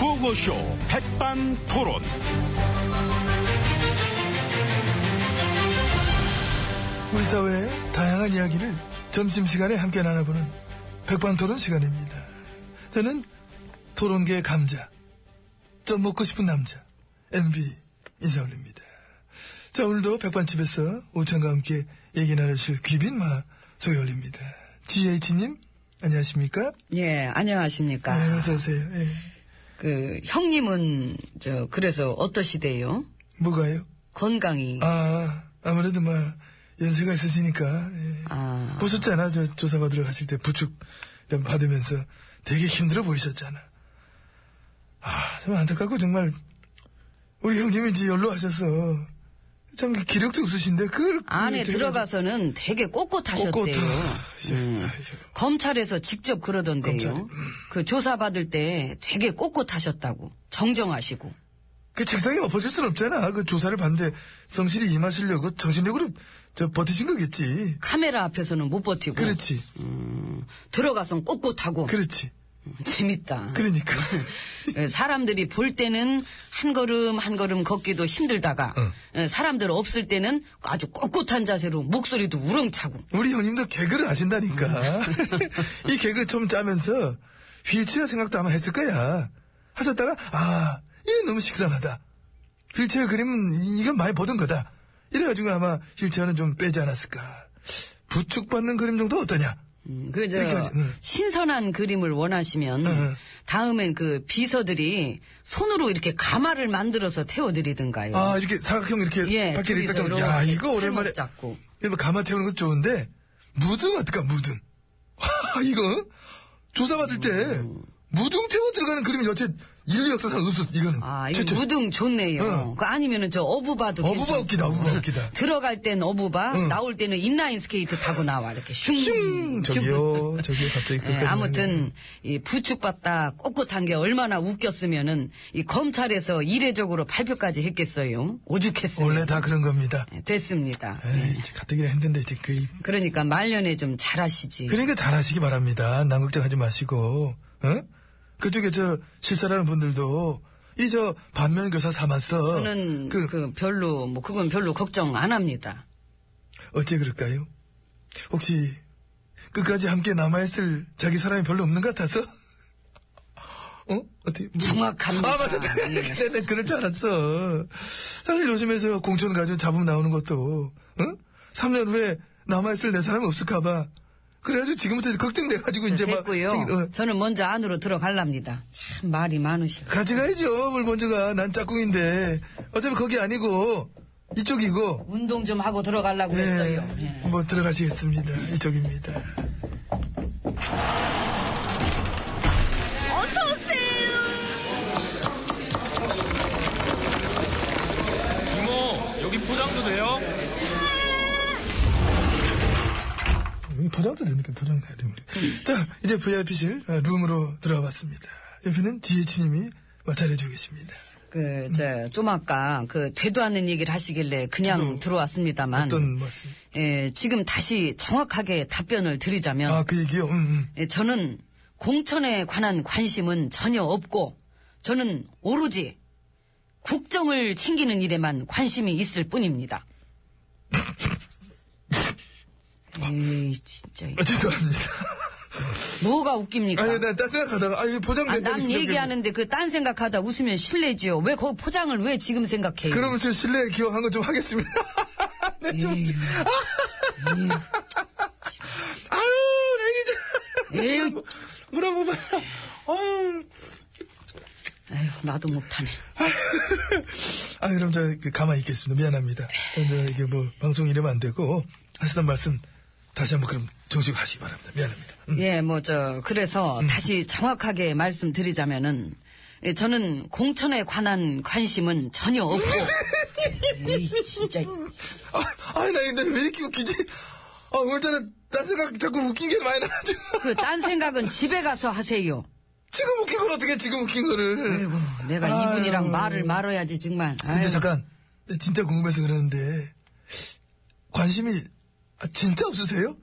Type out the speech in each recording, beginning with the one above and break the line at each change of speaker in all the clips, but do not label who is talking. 라디오쇼 백반토론.
우리 사회의 다양한 이야기를 점심시간에 함께 나눠보는 백반토론 시간입니다. 저는 토론계의 감자, 좀 먹고 싶은 남자, MB 인사 올립니다. 자, 오늘도 백반집에서 오찬과 함께 얘기 나누실 귀빈마 소개 올립니다. GH님, 안녕하십니까?
예, 안녕하십니까.
네, 어서오세요. 예.
그, 형님은, 저, 그래서 어떠시대요?
뭐가요?
건강이.
아, 아무래도 뭐, 연세가 있으시니까. 예.
아.
보셨잖아. 저 조사받으러 가실 때 부축 좀 받으면서 되게 힘들어 보이셨잖아. 아, 참 안타깝고 정말 우리 형님이 이제 연로하셔서 참 기력도 없으신데 그걸
안에
되게
들어가서는 되게 꼿꼿하셨대요.
꼿꼿하. 이제,
음.
아이고.
검찰에서 직접 그러던데요.
검찰이,
그 조사받을 때 되게 꼿꼿하셨다고. 정정하시고.
그 책상에 엎어질 순 없잖아. 그 조사를 받는데 성실히 임하시려고 정신력으로 저 버티신 거겠지.
카메라 앞에서는 못 버티고.
그렇지,
들어가선 꼿꼿하고. 음,
그렇지.
재밌다.
그러니까.
예, 사람들이 볼 때는 한 걸음 한 걸음 걷기도 힘들다가 예, 사람들 없을 때는 아주 꼿꼿한 자세로 목소리도 우렁차고
우리 형님도 개그를 아신다니까. 이 개그 좀 짜면서 휠체어 생각도 아마 했을 거야. 하셨다가, 아, 이게 너무 식상하다. 휠체어 그림은 이- 이건 많이 보던 거다. 이래가지고 아마 휠체어는 좀 빼지 않았을까. 부축받는 그림 정도 어떠냐?
음, 그저
그러니까, 네.
신선한 그림을 원하시면
네.
다음엔 그 비서들이 손으로 이렇게 가마를 만들어서 태워드리든가요.
아, 이렇게 사각형 이렇게
예,
밖에
둘이서
있다
이렇게
야, 이거
팔목
오랜만에.
잡고.
이거 가마 태우는 것도 좋은데, 무등 어떨까, 무등. 와, 이거? 조사받을 때,
음.
무등 태워 들어가는 그림이 여태 인류 역사상 없었어, 이거는.
아, 이거
최초.
무등 좋네요.
응.
그 아니면은 저 어부바도
예. 어부바
괜찮고.
웃기다, 어부바 웃기다.
들어갈 땐 어부바,
응.
나올 때는 인라인 스케이트 타고 나와 이렇게 슝.
슝! 저기요, 저기요, 갑자기
예,
끝까지.
아무튼 이 부축받다 꼿꼿한 게 얼마나 웃겼으면은 이 검찰에서 이례적으로 발표까지 했겠어요. 오죽했어요.
원래 다 그런 겁니다.
예, 됐습니다.
에이, 이제 가뜩이나 힘든데, 이제 그, 이-
그러니까 말년에 좀 잘하시지.
그러니까 잘하시기 바랍니다. 난극적 하지 마시고, 어? 그쪽에 저, 실사라는 분들도, 이 저, 반면교사 삼아서,
저는
그,
그, 별로 뭐 그건 별로 걱정 안 합니다.
어째 그럴까요? 혹시, 끝까지 함께 남아있을 자기 사람이 별로 없는 것 같아서? 어? 어떻게? 뭐-
정확합니다.
아, 맞아.
예.
내가 네, 그럴 줄 알았어. 사실 요즘에 저 공천 가지고 잡음 나오는 것도, 응? 3년 후에 남아있을 내 사람이 없을까봐. 그래가지고 지금부터 걱정돼가지고 이제 막.
됐고요.
저기, 어,
저는 먼저 안으로 들어갈랍니다. 참 말이 많으셔.
같이 가야죠. 뭘 먼저 가. 난 짝꿍인데. 어차피 거기 아니고, 이쪽이고. 네,
운동 좀 하고 들어가려고 했어요. 네. 예.
뭐 들어가시겠습니다. 이쪽입니다.
이모, 여기 포장도 돼요?
여기 음, 포장도 되니까 포장 가야 돼,
음.
우리. 자, 이제 VIP실 룸으로 들어와 봤습니다. 옆에는 지혜치님이 잘해주고 계십니다.
그, 저, 좀 아까, 그, 되도 않는 얘기를 하시길래
저도
그냥 들어왔습니다만.
어떤 말씀?
예, 지금 다시 정확하게 답변을 드리자면.
아, 그 얘기요? 음, 음.
예, 저는 공천에 관한 관심은 전혀 없고, 저는 오로지 국정을 챙기는 일에만 관심이 있을 뿐입니다. 에이, 진짜.
아, 죄송합니다.
음. 뭐가 웃깁니까?
아니, 난딴 생각하다가, 아, 이거
아,
포장된다.
남
이렇게
얘기하는데 그 딴 생각하다 웃으면 실례지요. 왜 그 포장을 왜 지금 생각해요?
그러면 저 실내 기억한 거 좀 하겠습니다. 네, 좀.
에이.
아유, 애기들.
에이.
물어보면, 아유.
아유, 나도 못하네.
아, 그럼 저 그, 가만히 있겠습니다. 미안합니다. 그럼 저 이게 뭐, 방송 이러면 안 되고, 하시던 말씀 다시 한번 그럼 정식하시기 바랍니다. 미안합니다. 음.
예, 뭐, 저, 그래서 다시 정확하게 말씀드리자면은, 예, 저는 공천에 관한 관심은 전혀 없고, 에이, 진짜.
아, 아니, 나 근데 왜 이렇게 웃기지? 아, 오늘따라 딴 생각 자꾸 웃긴 게 많이 나가지고.
그 딴 생각은 집에 가서 하세요.
지금 웃긴 걸 어떻게 지금 웃긴 거를.
아이고, 내가
아유.
이분이랑 말을 말아야지, 정말.
근데
아유,
잠깐, 나 진짜 궁금해서 그러는데, 관심이, 아, 진짜 없으세요?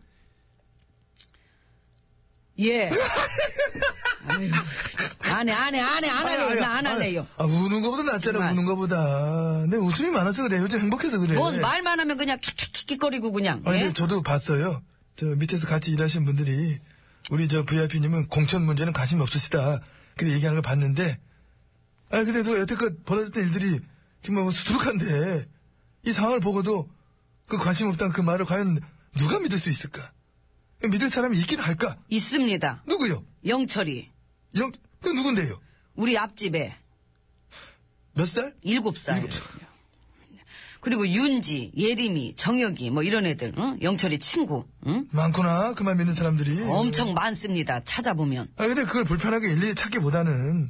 예. 아유, 안 해, 안 해, 안 해, 안 하려고 나안 할래요.
아, 우는 거보다 낫잖아,
정말.
우는 거보다. 내 웃음이 많아서 그래. 요즘 행복해서 그래.
뭔 말만 하면 그냥 킥킥킥거리고 그냥.
네, 아니,
예?
근데 저도 봤어요. 저 밑에서 같이 일하신 분들이 우리 저 VIP님은 공천 문제는 관심이 없으시다. 그래 얘기하는 걸 봤는데, 아 그래도 여태껏 벌어졌던 일들이 정말 뭐 수두룩한데 이 상황을 보고도 그 관심 없다는 그 말을 과연 누가 믿을 수 있을까? 믿을 사람이 있긴 할까?
있습니다.
누구요?
영철이
영, 그 누군데요?
우리 앞집에
몇 살?
일곱 살.
일곱 살.
그리고 윤지, 예림이, 정혁이 뭐 이런 애들, 응? 영철이 친구, 응?
많구나. 그 말 믿는 사람들이.
엄청 많습니다. 찾아보면
아 근데 그걸 불편하게 일일이 찾기보다는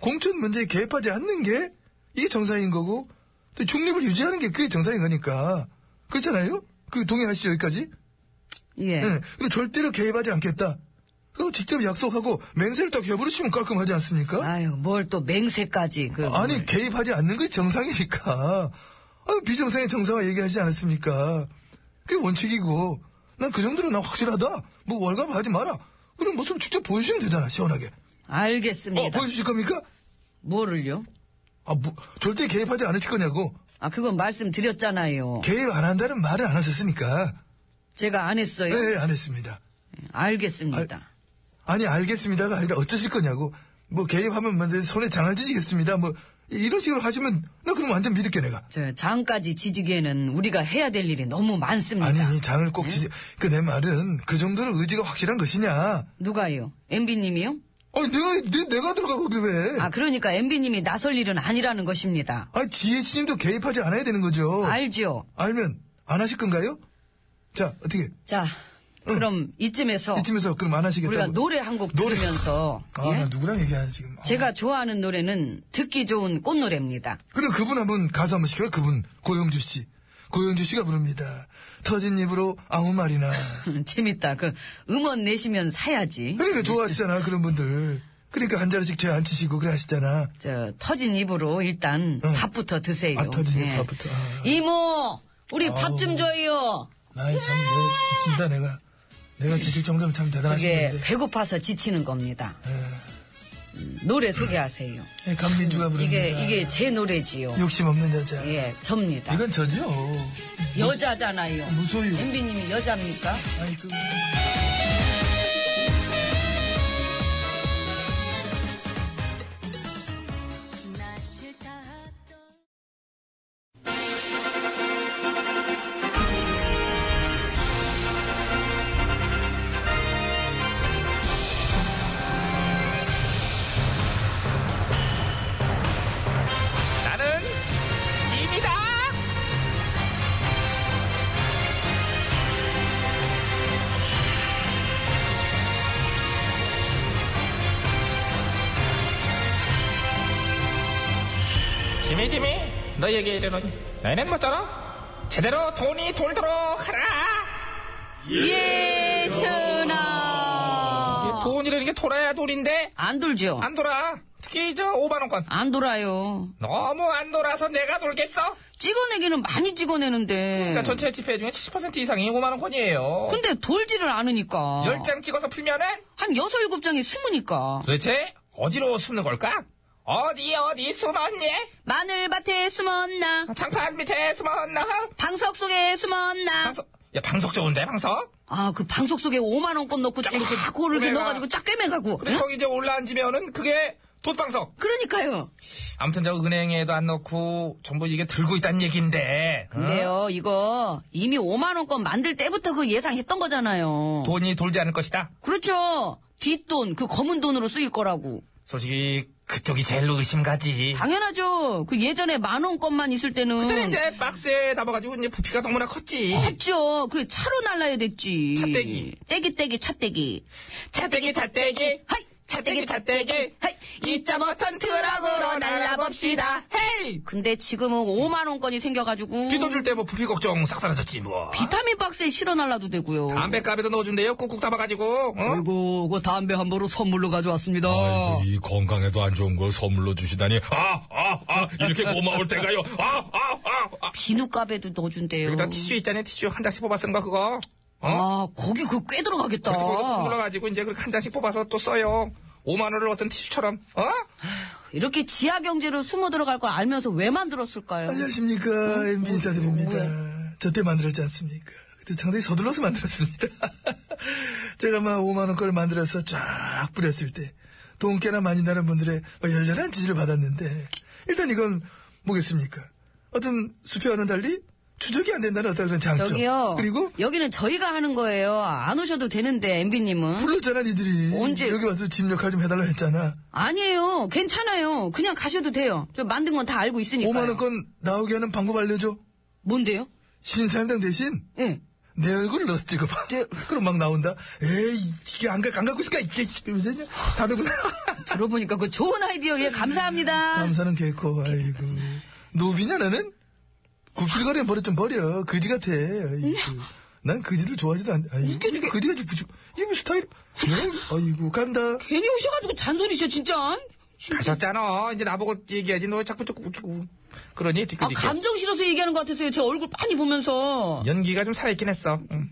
공천 문제에 개입하지 않는 게 이게 정상인 거고 또 중립을 유지하는 게 그게 정상인 거니까 그렇잖아요? 그 동의하시죠 여기까지?
예.
예. 그리고 절대로 개입하지 않겠다. 그거 직접 약속하고 맹세를 딱 해버리시면 깔끔하지 않습니까?
아유 뭘 또 맹세까지 그
아, 니
뭘.
개입하지 않는 게 정상이니까. 아, 비정상의 정상화 얘기하지 않았습니까? 그게 원칙이고 난 그 정도로 난 확실하다. 뭐 월급 하지 마라. 그럼 모습 직접 보여주시면 되잖아 시원하게. 어,
알겠습니다.
보여주실 겁니까?
뭐를요?
아, 뭐, 절대 개입하지 않으실 거냐고.
아 그건 말씀드렸잖아요.
개입 안 한다는 말을 안 하셨으니까.
제가 안 했어요.
예, 예, 안 했습니다.
알겠습니다.
아니, 알겠습니다가 아니라 어쩌실 거냐고. 뭐, 개입하면 뭐, 내 손에 장을 지지겠습니다. 뭐, 이- 이런 식으로 하시면, 나 그럼 완전 믿을게, 내가.
저 장까지 지지기에는 우리가 해야 될 일이 너무 많습니다.
아니, 장을
네.
꼭 지지. 그, 내 말은, 그 정도로 의지가 확실한 것이냐.
누가요? MB님이요?
아니, 내가, 내, 내가 들어가고, 그래, 왜.
아 그러니까 MB님이 나설 일은 아니라는 것입니다.
아니, 지혜치님도 개입하지 않아야 되는 거죠.
알죠?
알면, 안 하실 건가요? 자, 어떻게,
자 그럼 이쯤에서
이쯤에서 그럼 안 하시겠다고.
어. 우리가 노래 한 곡
노래.
들으면서
아,
예?
나 누구랑 얘기하냐, 지금. 아.
제가 좋아하는 노래는 듣기 좋은 꽃노래입니다.
그럼 그분 한번 가수 한번 시켜요. 그분 고영주 씨. 고영주 씨가 부릅니다. 터진 입으로 아무 말이나.
재밌다. 그 음원 내시면 사야지.
그러니까 좋아하시잖아 그런 분들. 그러니까 한 자리씩 죄 안 치시고 그래 하시잖아.
저 터진 입으로 일단
응.
밥부터 드세요.
아, 터진 입
예.
밥부터. 아.
이모, 우리 밥 좀
아우. 어.
줘요.
나이 참 내가 지친다 내가. 내가 지칠 정도면 참
그게
대단하신데. 예.
배고파서 지치는 겁니다. 음, 노래 소개하세요.
네, 감민주가 부릅니다.
이게 이게 제 노래지요.
욕심 없는 여자.
예,
그러니까.
접니다.
이건 저죠.
여자잖아요.
무소유.
엠비님이 여자입니까?
아니, 그-
나는 짐이다.
지미 지미 너에게 이르노니 너희는 뭐처럼 제대로 돈이 돌도록 하라
예, 전하.
돈이라는 게 돌아야 돈인데
안 돌죠?
안 돌아 특히 저 5만원권
안 돌아요.
너무 안 돌아서 내가 돌겠어
찍어내기는 많이 찍어내는데.
그러니까 전체 지폐 중에 70% 이상이 5만원권이에요
근데 돌지를 않으니까.
열 10장 찍어서 풀면은
한 여섯 일곱 장이 숨으니까.
도대체 어디로 숨는 걸까? 어디 어디 숨었니?
마늘밭에 숨었나?
장판 밑에 숨었나?
방석 속에 숨었나?
방석 야 방석 좋은데 방석?
아, 그 방석 속에 5만원권 넣고 쫙 이렇게 다 고를 이렇게
꼬매가.
넣어가지고 쫙 꿰매가고.
그래 거기 이제 올라앉으면은 그게 돛방석
그러니까요.
아무튼 저 은행에도 안 넣고 전부 이게 들고 있다는 얘기인데 어?
근데요, 이거 이미 5만원권 만들 때부터 그 예상했던 거잖아요.
돈이 돌지 않을 것이다.
그렇죠. 뒷돈, 그 검은 돈으로 쓰일 거라고.
솔직히 그쪽이 제일 의심 가지.
당연하죠. 그 예전에 만원권만 있을 때는.
그때는 이제 박스에 담아가지고 이제 음. 어, 부피가 너무나 컸지.
했죠. 그래, 차로 날라야 됐지.
찻대기.
떼기, 떼기, 찻대기.
잣대기 잣대기
하이!
잣대기 잣대기
하이!
2.5톤 트럭으로 날라봅시다. 헤이!
근데 지금은 5만원권이 생겨가지고.
비도 줄 때 뭐 부피 걱정 싹 사라졌지 뭐.
비타민 박스에 실어 날라도 되고요.
담배값에도 넣어준대요. 꾹꾹 담아가지고. 어?
아이고, 그 담배 한 보루 선물로 가져왔습니다.
아이고, 이 건강에도 안 좋은 걸 선물로 주시다니. 아, 아, 아, 이렇게 고마울 때가요. 아, 아, 아, 아.
비누값에도 넣어준대요.
여기다 티슈 있잖아요. 티슈 한 장씩 뽑아 쓰는 거 그거. 어?
아, 거기 그거 꽤 들어가겠다.
그렇지, 거기도 푹 눌러가지고 이제 그한 장씩 뽑아서 또 써요.
5만 원을 어떤 티슈처럼, 어?
이렇게 지하 경제로 숨어 들어갈 걸 알면서 왜 만들었을까요?
안녕하십니까. MB 인사드립니다. 저 때 만들었지 않습니까? 그때 상당히 서둘러서 만들었습니다. 제가 막 5만원 걸 만들어서 쫙 뿌렸을 때, 돈깨나 많이 나는 분들의 막 열렬한 지지를 받았는데, 일단 이건 뭐겠습니까? 어떤 수표와는 달리 추적이 안 된다는 어떤 그런 장점.
저기요.
그리고
여기는 저희가 하는 거예요. 안 오셔도 되는데 MB님은
불렀잖아, 니들이.
언제-
여기 와서 집 역할 좀 해달라 했잖아.
아니에요. 괜찮아요. 그냥 가셔도 돼요. 저 만든 건 다 알고 있으니까.
5만원 건 나오게 하는 방법 알려줘.
뭔데요?
신사임당 대신
예.
내 얼굴을 넣어서 찍어봐.
네.
그럼 막 나온다. 에이, 이게 안, 가- 안 갖고 있을까? 이게, 씨, 이러면서 그냥 다더구나.
들어보니까 그 좋은 아이디어. 예, 감사합니다.
감사는 개코, 아이고. 노비냐, 나는? 굽실거리는 버려 좀 버려. 거지 같아.
네.
아이고. 난 거지들 좋아하지도 않, 아이고. 거지가 좀 부족. 이게 뭐 스타일. 야, 아이고, 간다.
괜히 오셔가지고 잔소리죠, 진짜. 아,
가셨잖아. 이제 나보고 얘기하지. 너 자꾸 자꾸 자꾸 그러니
아,
뒤끝이.
감정 실어서 얘기하는 것 같아서요. 제 얼굴 빤히 보면서.
연기가 좀 살아있긴 했어. 응.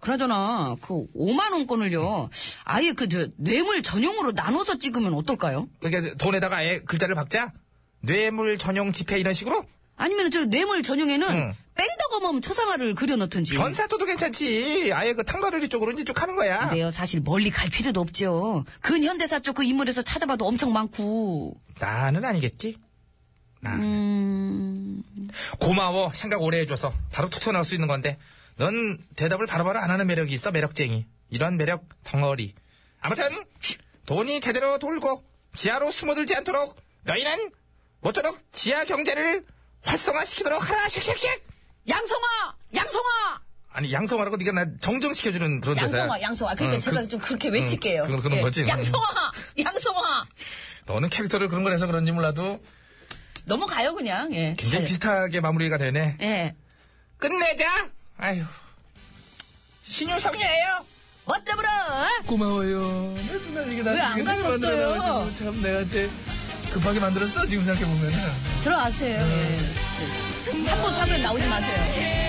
그나저나, 그 5만원권을요. 아예 그, 저, 뇌물 전용으로 나눠서 찍으면 어떨까요?
그러니까 돈에다가 아예 글자를 박자. 뇌물 전용 집회 이런 식으로
아니면 저 뇌물 전용에는
응.
뺑덕어멈 초상화를 그려놓든지.
변사토도 괜찮지. 아예 그 탕바르리 쪽으로 이제 쭉 하는 거야.
근데요, 사실 멀리 갈 필요도 없죠. 근현대사 쪽 그 인물에서 찾아봐도 엄청 많고.
나는 아니겠지. 나는.
음.
고마워. 생각 오래 해줘서 바로 툭 튀어나올 수 있는 건데. 넌 대답을 바로바로 안 하는 매력이 있어. 매력쟁이. 이런 매력 덩어리. 아무튼 돈이 제대로 돌고 지하로 숨어들지 않도록 너희는 모쪼록 지하 경제를 활성화시키도록 하라. 쉑쉑쉑.
양성아! 양성아!
아니 양성화라고 네가 나 정정시켜주는 그런 대사야.
양성아, 양성아. 그러니까
응,
제가
그-
좀 그렇게 외칠게요. 예.
그건 그런 거지. 응.
양성아! 양성아!
너는 캐릭터를 그런 걸 해서 그런지 몰라도
넘어가요, 그냥. 예.
굉장히
네.
비슷하게 마무리가 되네.
예.
끝내자. 아휴. 신유성녀예요.
멋져보라!
고마워요. 맨날 이게
왜안
나한테 이렇게
가셨어요?
만들어놔가지고 참 내한테 급하게 만들었어. 지금 생각해보면은.
들어가세요. 예. 3부, 3부에 나오지 마세요.